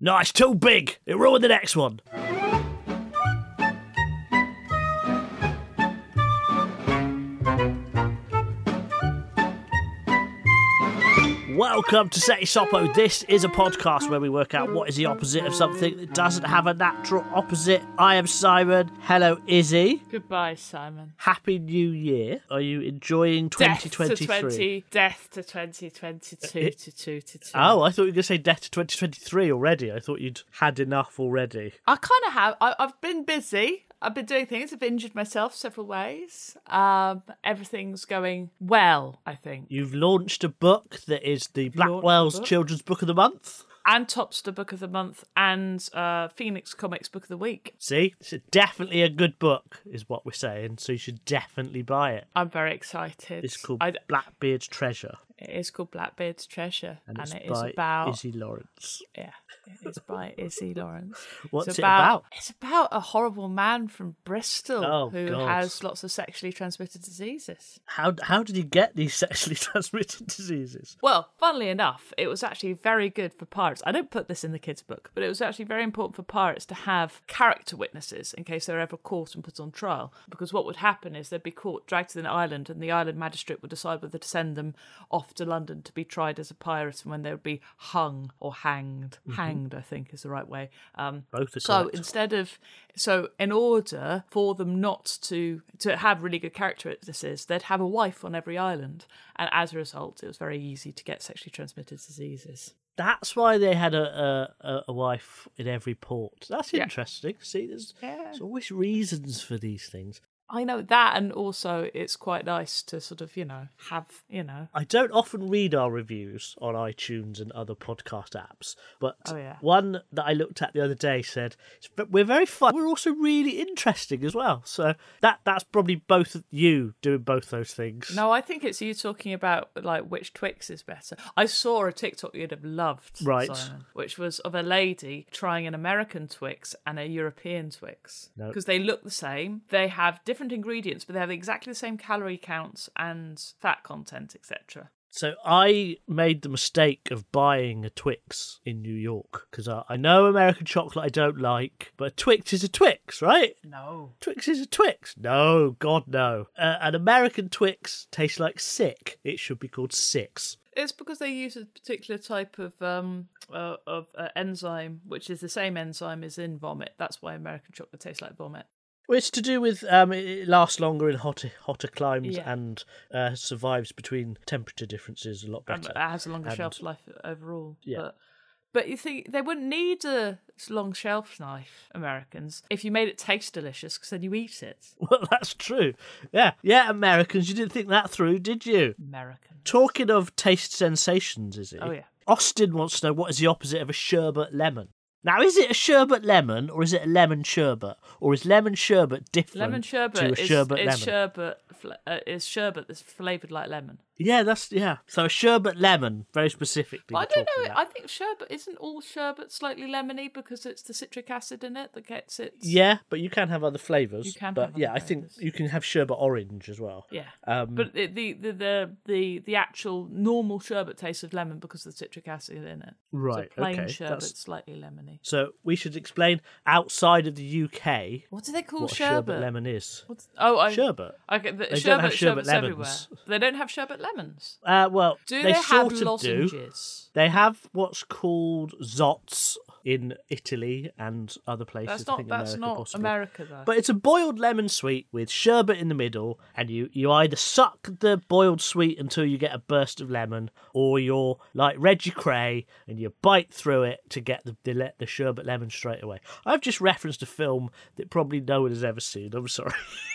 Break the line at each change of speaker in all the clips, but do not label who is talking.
No, it's too big. It ruined the next one. Welcome to Seti Sopo. This is a podcast where we work out what is the opposite of something that doesn't have a natural opposite. I am Simon. Hello, Izzy.
Goodbye, Simon.
Happy New Year. Are you enjoying
Death to
2023?
20, death to 2022 to 2 to 2.
Oh, I thought you were going to say death to 2023 already. I thought you'd had enough already.
I kind of have. I, I've been busy. I've been doing things. I've injured myself several ways. Um, everything's going well, I think.
You've launched a book that is the Blackwell's
book?
Children's Book of the Month.
And Topster Book of the Month and uh, Phoenix Comics Book of the Week.
See, it's definitely a good book, is what we're saying. So you should definitely buy it.
I'm very excited.
It's called
I,
Blackbeard's Treasure,
it is called Blackbeard's Treasure, and,
it's
it is
by
about
Izzy Lawrence.
yeah, it's by Izzy Lawrence.
What's
it's
it about?
about, It's about a horrible man from Bristol
Oh,
who
God.
has lots of sexually transmitted diseases.
How how did he get these sexually transmitted diseases?
Well, funnily enough, it was actually very good for pirates. I don't put this in the kids' book, but it was actually very important for pirates to have character witnesses in case they're ever caught and put on trial. Because what would happen is they'd be caught, dragged to an island, and the island magistrate would decide whether to send them off to London to be tried as a pirate and when they would be hung or hanged.
Mm-hmm.
Hanged, I think, is the right way. Um,
Both are
so
correct.
instead of so in order for them not to to have really good character witnesses, they'd have a wife on every island, and as a result, it was very easy to get sexually transmitted diseases.
That's why they had a a, a- a wife in every port. That's interesting. See, there's, there's always reasons for these things.
I know that, and also it's quite nice to sort of you know have you know
I don't often read our reviews on iTunes and other podcast apps, but
Oh, yeah.
one that I looked at the other day said "It's- but we're very fun. We're also really interesting as well. So that that's probably both of you doing both those things.
No, I think it's you talking about like which Twix is better. I saw a TikTok you'd have loved,
Right.
Simon, which was of a lady trying an American Twix and a European Twix
No.
because they look the same. They have different ingredients, but they have exactly the same calorie counts and fat content, etc.
So I made the mistake of buying a Twix in New York because I, I know American chocolate I don't like, but a Twix is a Twix, right?
No.
Twix is a Twix. No, God no. Uh, an American Twix tastes like sick. It should be called six.
It's because they use a particular type of um uh, of uh, enzyme, which is the same enzyme as in vomit. That's why American chocolate tastes like vomit.
Well, it's to do with um, it- it lasts longer in hotter hotter climes
Yeah.
and uh, survives between temperature differences a lot
and
better.
that has a longer
And-
shelf life overall.
Yeah.
But, but you think they wouldn't need a long shelf life, Americans, if you made it taste delicious, because then you eat it.
Well, that's true. Yeah, yeah, Americans, you didn't think that through, did you?
American.
Talking of taste sensations, is it?
Oh, yeah.
Austin wants to know what is the opposite of a sherbet lemon. Now, is it a sherbet lemon or is it a lemon sherbet or is lemon sherbet different
Lemon
to a
sherbet is,
sherbet
is
lemon?
sherbet fl- uh, is sherbet that's flavored like lemon.
yeah, that's yeah. So a sherbet lemon, very specifically.
But I
we're
don't
talking
know.
about.
I think sherbet isn't all sherbet slightly lemony because it's the citric acid in it that gets it.
Yeah, but you can have other flavors.
You can
but
have
yeah,
other
I think
flavours.
you can have sherbet orange as well.
Yeah.
Um,
but the, the the the the the actual normal sherbet tastes of lemon because of the citric acid in it.
Right,
So plain
okay,
sherbet,
that's-
slightly lemony.
so we should explain outside of the UK
What do they call
what a
sherbet?
sherbet lemon is.
What's- oh, I,
Sherbet.
Okay, the,
They
sherbet,
don't have sherbet
sherbet's
lemons.
everywhere. They don't have sherbet lemons.
Uh, well,
Do
they,
they, have
sort of do.
lozenges?
They have what's called zots in Italy and other places.
That's
I
not
think
that's
America,
not
possibly.
America though.
But it's a boiled lemon sweet with sherbet in the middle, and you, you either suck the boiled sweet until you get a burst of lemon, or you're like Reggie Cray and you bite through it to get the the, le- the sherbet lemon straight away. I've just referenced a film that probably no one has ever seen. I'm sorry.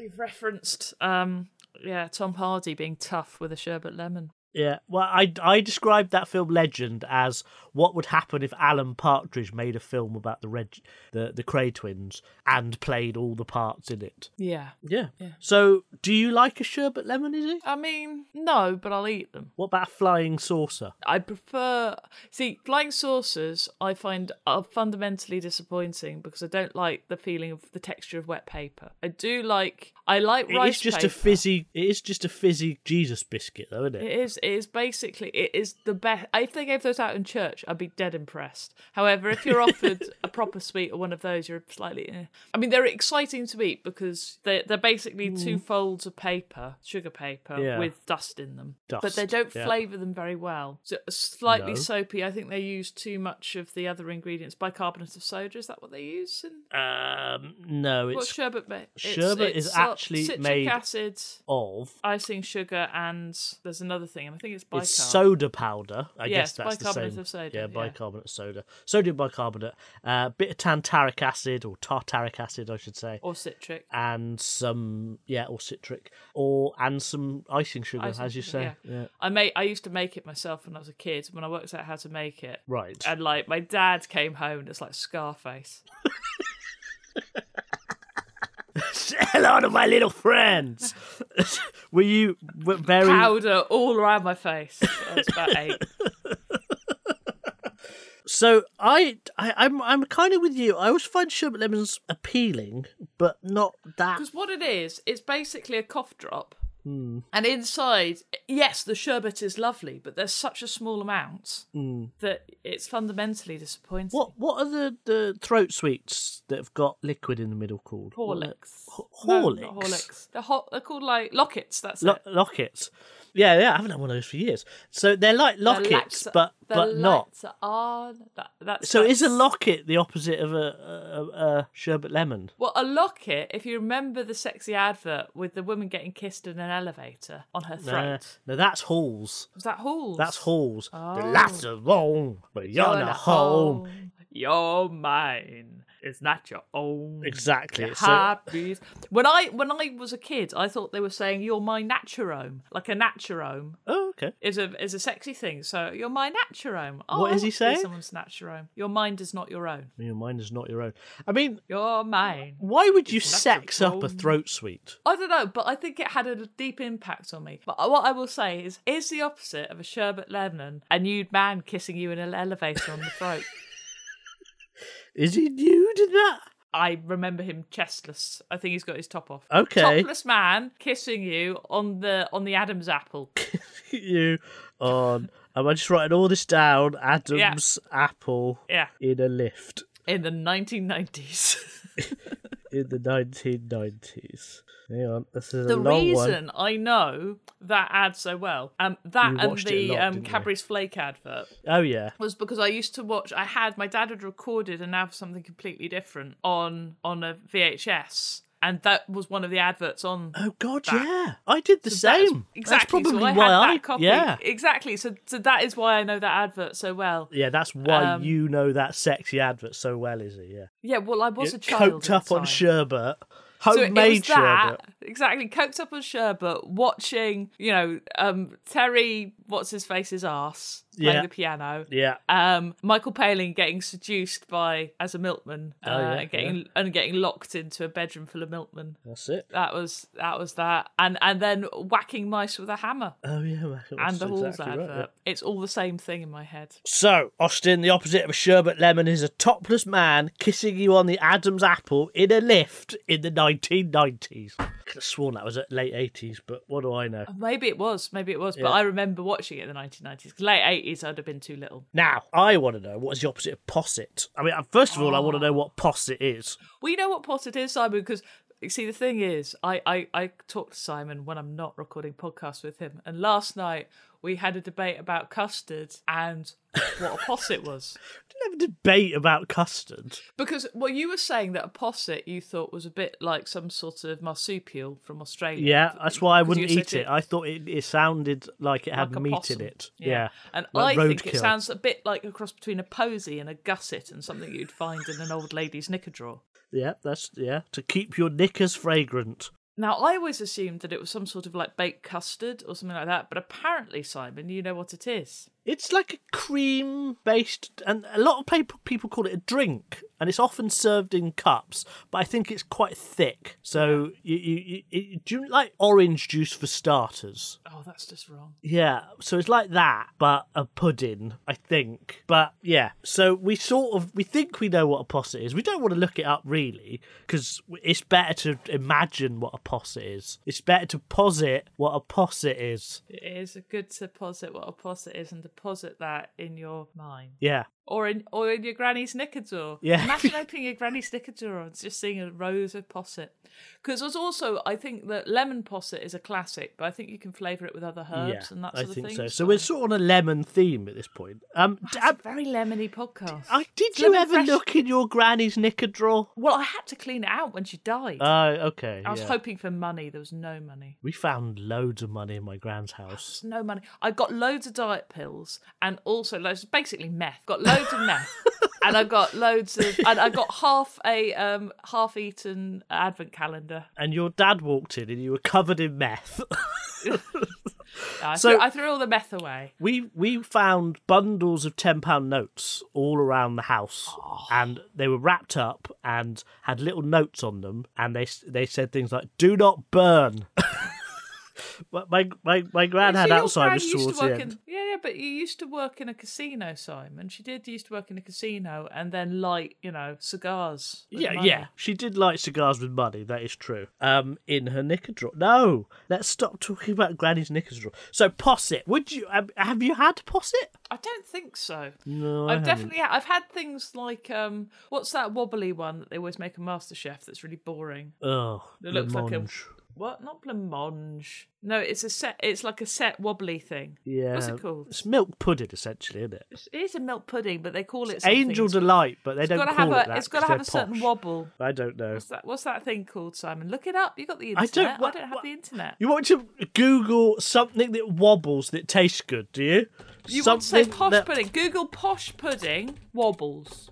You've referenced um yeah Tom Hardy being tough with a sherbet lemon.
Yeah, well, I, I described that film Legend as what would happen if Alan Partridge made a film about the Reg, the the Cray twins and played all the parts in it.
Yeah.
Yeah. So, do you like a sherbet lemon? Is it?
I mean, no, but I'll eat them.
What about a flying saucer?
I prefer see flying saucers. I find are fundamentally disappointing because I don't like the feeling of the texture of wet paper. I do like. I like
It
rice.
is just a
paper.
fizzy. It is just a fizzy Jesus biscuit, though, isn't it?
It is. It is basically. It is the best. If they gave those out in church, I'd be dead impressed. However, if you're offered a proper sweet or one of those, you're slightly. eh. I mean, they're exciting to eat because they're they're basically two folds of paper, sugar paper,
Mm. Yeah.
with dust in them. But
Dust,
they don't
yeah.
flavour them very well. So uh, slightly
No.
soapy. I think they use too much of the other ingredients. Bicarbonate of soda. Is that what they use? In,
Um, no,
what's
it's
sherbet? ma- It's,
sherbet
it's
is
sal-
actually
citric
made-
acid.
of.
Icing sugar and there's another thing, and I think it's bicarb.
It's soda powder. I
Yeah,
guess
it's
that's the
bicarbonate
same.
of soda,
yeah,
yeah.
bicarbonate of soda, sodium bicarbonate, a bit of tantaric acid or tartaric acid, I should say,
or citric.
and some yeah, or citric, or and some icing sugar,
Icing
as you
sugar,
say.
yeah. I made. I used to make it myself when I was a kid. When I worked out how to make it,
Right.
and like my dad came home and it's like Scarface.
Hello to my little friends. Were you w- very?
Powder all around my face. I was about eight.
So I, I I'm I'm kind of with you. I always find sherbet lemons appealing, but not that.
Because what it is, it's basically a cough drop.
Hmm.
And inside, yes, the sherbet is lovely, but there's such a small amount that it's fundamentally disappointing.
Hmm. What what are the, the throat sweets that have got liquid in the middle called?
Horlicks?
Ho-
No,
Horlicks.
not Horlicks. They're, hot, they're called like lockets. That's
Lo-
it.
lockets. Yeah, yeah, I haven't had one of those for years. So they're like
The
lockets,
lights-
but
the
but not.
lights are on. That, that's,
So is a
that's-
locket the opposite of a, a, a- a sherbet lemon?
Well, a locket, if you remember the sexy advert with the woman getting kissed in an elevator on her throat,
Nah, no, that's halls.
was that Halls?
That's halls. The laughs are wrong, but you're,
You're
not
not
home.
You're mine. It's not your own.
Exactly.
Your
so-
heartbeat. When I when I was a kid, I thought they were saying "You're my naturome," like a naturome
oh, okay.
is a is a sexy thing. So "You're my naturome." Oh,
What
I
is he
want to be
saying?
Someone's naturome. Your mind is not your own.
Your mind is not your own. I mean,
You're mine.
why would you
not
sex
your
up a
own.
throat sweet?
I don't know, but I think it had a deep impact on me. But what I will say is, is the opposite of a sherbet lemon a nude man kissing you in an elevator on the throat.
Is he nude in that?
I remember him chestless. I think he's got his top off.
Okay.
Topless man kissing you on the on the Adam's apple.
you on. Am I just writing all this down? Adam's apple
Yeah,
in a lift
in the 1990s.
in the 1990s. Hang on, this is a
the
long
reason
one.
I know that ad so well, um, that
You
and
watched it a
the
lot,
um,
didn't you?
Cadbury's Flake advert.
Oh yeah,
was because I used to watch. I had my dad had recorded and now something completely different on on a VHS, and that was one of the adverts on.
Oh god, yeah. I did the
That is-
same.
exactly.
That's probably
so I
why
had
I
that copy.
yeah.
Exactly. So so that is why I know that advert so well.
Yeah, that's why
Um,
you know that sexy advert so well, is it? Yeah.
Yeah. Well, I was a child.
Coked
at
up
the
on
time.
sherbet.
So it was
Homemade
that
sherbet.
exactly coked up on sherbet, watching you know um, Terry what's his face's ass playing
Yeah.
the piano,
Yeah.
um, Michael Palin getting seduced by as a milkman uh,
Oh, yeah,
and getting and getting locked into a bedroom full of milkmen.
That's it.
That was that was that, and and then whacking mice with a hammer
Oh yeah, man,
and
that's
the Halls
exactly
advert.
right, yeah.
It's all the same thing in my head.
So, Austin, the opposite of a sherbet lemon is a topless man kissing you on the Adam's apple in a lift in the 1990s. I could have sworn that was at late 80s, but what do I know?
Maybe it was, maybe it was, but I remember watching it in the 1990s. 'Cause Late 80s, I'd have been too little.
Now, I want to know what is the opposite of posset. I mean, uh, first of all, I want to know what posset is.
Well, you know what pot it is, Simon, because you see, the thing is, I, I, I talk to Simon when I'm not recording podcasts with him. And last night we had a debate about custard and what a posset was.
Didn't have a debate about custard.
Because what you were saying that a posset you thought was a bit like some sort of marsupial from Australia.
Yeah, that's why I
Because you
wouldn't eat
said
it. I thought it, it sounded like it had
like a
meat
possum.
in it. Yeah.
And
Like
I think it
roadkill.
sounds a bit like a cross between a posy and a gusset and something you'd find in an old lady's knicker drawer.
Yeah, that's, yeah, to keep your knickers fragrant.
Now, I always assumed that it was some sort of like baked custard or something like that, but apparently, Simon, you know what it is.
It's like a cream based, and a lot of people people call it a drink, and it's often served in cups. But I think it's quite thick. So you you, you, you do you like orange juice for starters.
Oh, that's just wrong.
Yeah, so it's like that, but a pudding, I think. But yeah, so we sort of we think we know what a posset is. We don't want to look it up really because it's better to imagine what a posset is. It's better to posit what a posset is.
It is good to posit what a posset is and deposit that in your mind.
Yeah,
Or in or in your granny's knickerdoor.
Yeah.
Imagine opening your granny's knickerdoor and just seeing a rose of posset. Because also, I think that lemon posset is a classic, but I think you can flavour it with other herbs
yeah,
and that
I
sort of
think
thing.
so. So we're sort of on a lemon theme at this point. Um, d-
It's a very lemony podcast.
I, did uh,
It's
you
lemon
ever
fresh-
look in your granny's knicker drawer?
Well, I had to clean it out when she died.
Oh, okay.
I was
yeah.
hoping for money. There was no money.
we found loads of money in my grand's house.
No money. I got loads of diet pills and also loads, basically meth. Got loads of meth, and I got loads of, and I got half a um half-eaten advent calendar.
And your dad walked in and you were covered in meth.
I,
So-
threw, I threw all the meth away.
We we found bundles of ten pound notes all around the house,
Oh.
and they were wrapped up and had little notes on them, and they s- they said things like "Do not burn." But my my my gran
So
had
your
Alzheimer's
gran used to
towards
work
the end.
in- yeah, yeah, but you used to work in a casino, Simon. She did used to work in a casino and then light, you know, cigars. with
yeah,
money.
yeah, she did like cigars with money. That is true. Um, in her knicker drawer. No, let's stop talking about Granny's knicker drawer. So posset. Would you have- have you had posset?
I don't think so.
No,
I've definitely I've had things like um what's that wobbly one that they always make a master chef that's really boring.
Oh,
It looks like a-
blancmange.
What? Not blancmange. No, it's a set it's like a set wobbly thing.
Yeah,
What's it called?
It's milk pudding, essentially, isn't it?
It is a milk pudding, but they call it something.
Angel
It's
Delight, but they don't
gotta
call
have
it
a
that.
it's gotta
'cause
have
they're
a certain
posh.
wobble.
I don't know.
What's that, what's that thing called, Simon? Look it up. You got the
I
internet.
don't. what-
have
what-
the internet.
You want to Google something that wobbles that tastes good, do you?
You
something
want to say posh
that-
pudding? Google posh pudding wobbles.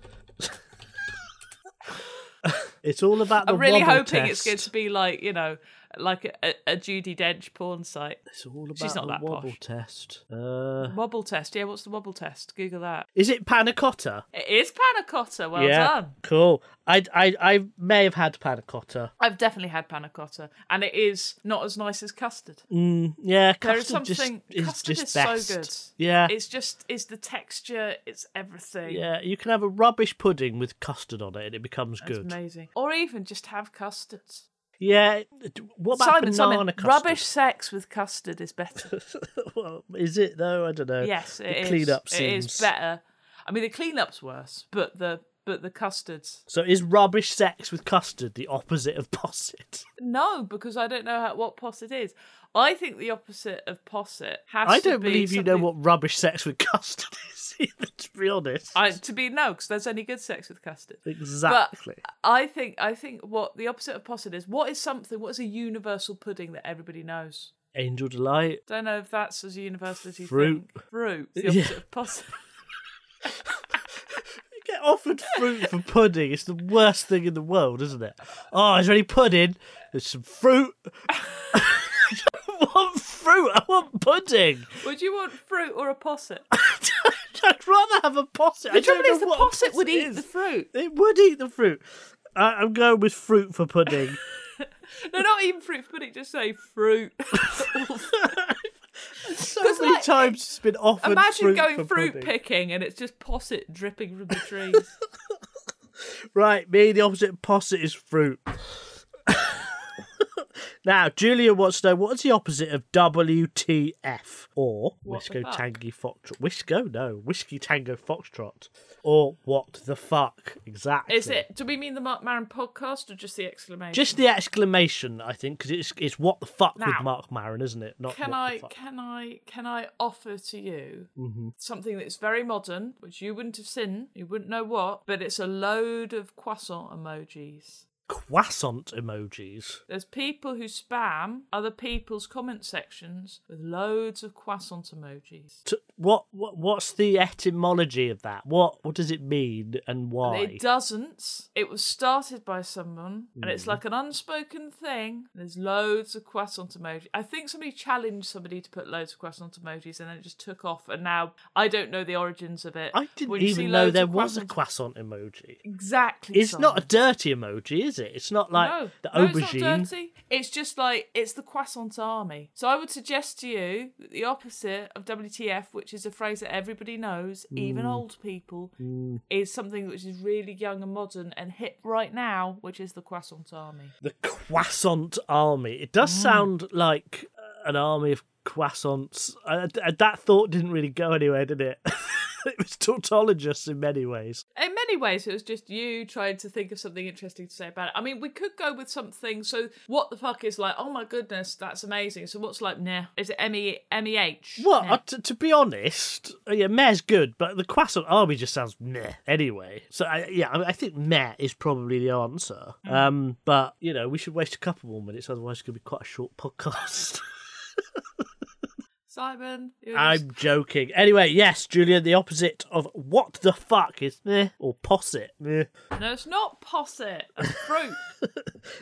It's all about the
I'm really
wobble
hoping it's
test.
going to be like you know, like a, a, a Judy Dench porn site.
It's all about
She's not
the
that
wobble
posh.
test. Uh,
Wobble test. Yeah, what's the wobble test? Google that.
is it panna cotta?
It is panna cotta. Well
yeah,
done.
cool. I, I I may have had panna cotta.
I've definitely had panna cotta, and it is not as nice as custard.
Yeah,
there is
custard just
something
is
custard
just
is
best.
so good.
Yeah,
It's just it's the texture, it's everything.
yeah. You can have a rubbish pudding with custard on it, and it becomes
It's
good.
amazing. Or even just have custards.
Yeah. What about
Simon,
banana
Simon,
custard?
rubbish sex with custard is better.
well, is it though? I don't know.
yes, it
the
is.
cleanup
It
scenes.
is better. I mean, the cleanup's worse, but the but the custards.
So is rubbish sex with custard the opposite of posset?
No, because I don't know how, what posset is. I think the opposite of posset has.
I
to
don't
be
believe you know
something-
what rubbish sex with custard is either. To be honest,
I, to be no, because there's only good sex with custard.
exactly.
But I think I think what the opposite of posset is. What is something? What is a universal pudding that everybody knows?
Angel delight.
Don't know if that's as universal as you
Fruit.
think. Fruit. The
Yeah.
opposite of posset.
You get offered fruit for pudding. It's the worst thing in the world, isn't it? Oh, is there any pudding? There's some fruit. I don't want fruit. I want pudding.
Would you want fruit or a posset?
I'd rather have a posset.
The
I don't
trouble is,
know
the
what a
posset would eat
is.
the fruit.
It would eat the fruit. I, I'm going with fruit for pudding.
No, not even fruit for pudding. Just say fruit.
so
'Cause,
many
like,
times it's been offered.
Imagine
fruit
going
for
fruit
pudding.
picking and it's just posset dripping from the trees.
Right, me the opposite of posset is fruit. now, Julia wants to know what is the opposite of WTF or
What the
Whisko
fuck?
Tangy Foxtrot? Whisko, no, Whiskey Tango Foxtrot, or what the fuck exactly?
Is it? Do we mean the Mark Maron podcast or just the exclamation?
Just the exclamation, I think, because it's it's what the fuck with
Now,
Mark Maron, isn't it? Not
can
what
I
the fuck. Mm-hmm.
can I can I offer to you something that's very modern, which you wouldn't have seen, you wouldn't know what, but it's a load of croissant emojis.
croissant emojis.
There's people who spam other people's comment sections with loads of croissant emojis.
T- What, what what's the etymology of that? What what does it mean and why?
It doesn't. It was started by someone, and
Hmm.
it's like an unspoken thing. There's loads of croissant emojis. I think somebody challenged somebody to put loads of croissant emojis, and then it just took off. And now I don't know the origins of it.
I didn't
When you see
even know
loads
there
of
was a
croissant-
croissant emoji.
Exactly.
It's not a dirty emoji, is it? It's not like
no,
the
no,
aubergine.
It's, not dirty. it's just like it's the croissant army. So I would suggest to you that the opposite of WTF, which is a phrase that everybody knows, even
Mm.
old people, is something which is really young and modern and hip right now, which is the croissant army.
the croissant army. It does
Mm.
sound like uh, an army of croissants. Uh, th- that thought didn't really go anywhere, did it? it was tautologist in many ways.
In many ways, it was just you trying to think of something interesting to say about it. I mean, we could go with something. So, what the fuck is like? Oh my goodness, that's amazing. So, what's like? Nah, is it M E M E H?
Well, uh, t- to be honest, uh, yeah, me's good, but the croissant army just sounds meh anyway. So, I, yeah, I, I think meh is probably the answer.
Mm.
Um, but, you know, we should waste a couple more minutes, otherwise it's going to be quite a short podcast.
Simon, you're just-
I'm joking. Anyway, yes, Julian, the opposite of what the fuck is meh or posset. Meh.
No, it's not posset. A fruit.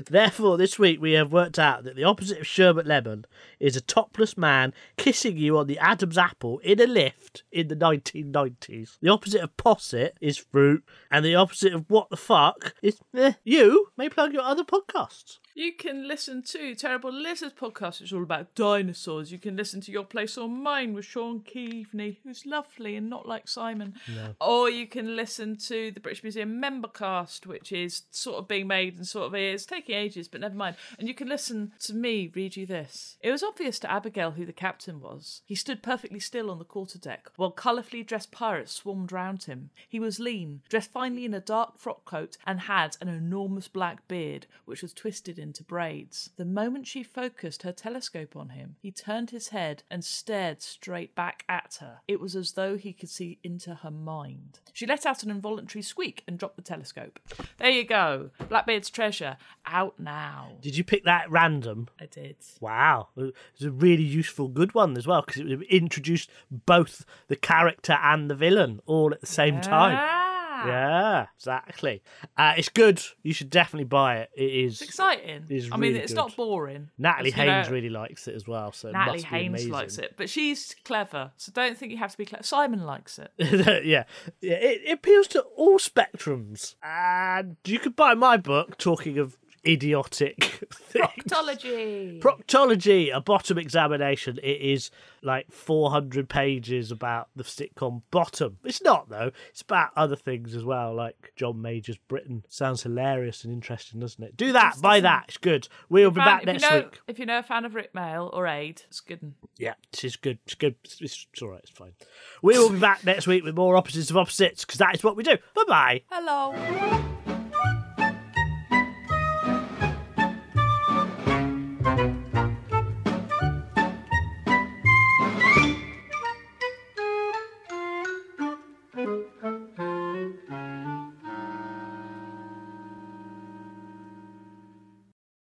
Therefore, this week we have worked out that the opposite of sherbet lemon is a topless man kissing you on the Adam's apple in a lift in the 1990s. The opposite of posset is fruit, and the opposite of what the fuck is eh, you may plug your other podcasts.
you can listen to Terrible Lizards podcast, which is all about dinosaurs. You can listen to Your Place or Mine with Sean Keaveney, who's lovely and not like Simon. Or you can listen to the British Museum Membercast, which is sort of being made and sort of is taking ages, but never mind. And you can listen to me read you this. It was obvious to Abigail who the captain was. He stood perfectly still on the quarterdeck while colourfully dressed pirates swarmed round him. He was lean, dressed finely in a dark frock coat, and had an enormous black beard, which was twisted into braids. The moment she focused her telescope on him, he turned his head and stared straight back at her. It was as though he could see into her mind. She let out an involuntary squeak and dropped the telescope. There you go. Blackbeard's treasure. Out now.
Did you pick that at random?
I did.
Wow, it's a really useful, good one as well because it introduced both the character and the villain all at the same time.
Ah,
Yeah, exactly. Uh, it's good. You should definitely buy it. It is.
It's exciting.
It's
I mean,
really
it's
good.
not boring.
Natalie
It's, you know,
Haynes really likes it as well. So it
Natalie
must be
Haynes
amazing.
likes it, but she's clever, so don't think you have to be clever. Simon likes it.
yeah, yeah. It, it appeals to all spectrums, and you could buy my book. Talking of idiotic things.
Proctology.
Proctology, a bottom examination. It is like 400 pages about the sitcom Bottom. It's not, though. It's about other things as well, like John Major's Britain. Sounds hilarious and interesting, doesn't it? Do that, buy that. It's good. We'll be
Fan-
back
if, you
next
know,
week.
if you know a fan of Rick Mail or Aid, it's good. un.
Yeah, this is good. It's good. It's, it's, it's all right. It's fine. We will be back next week with more Opposites of Opposites because that is what we do. Bye bye.
Hello.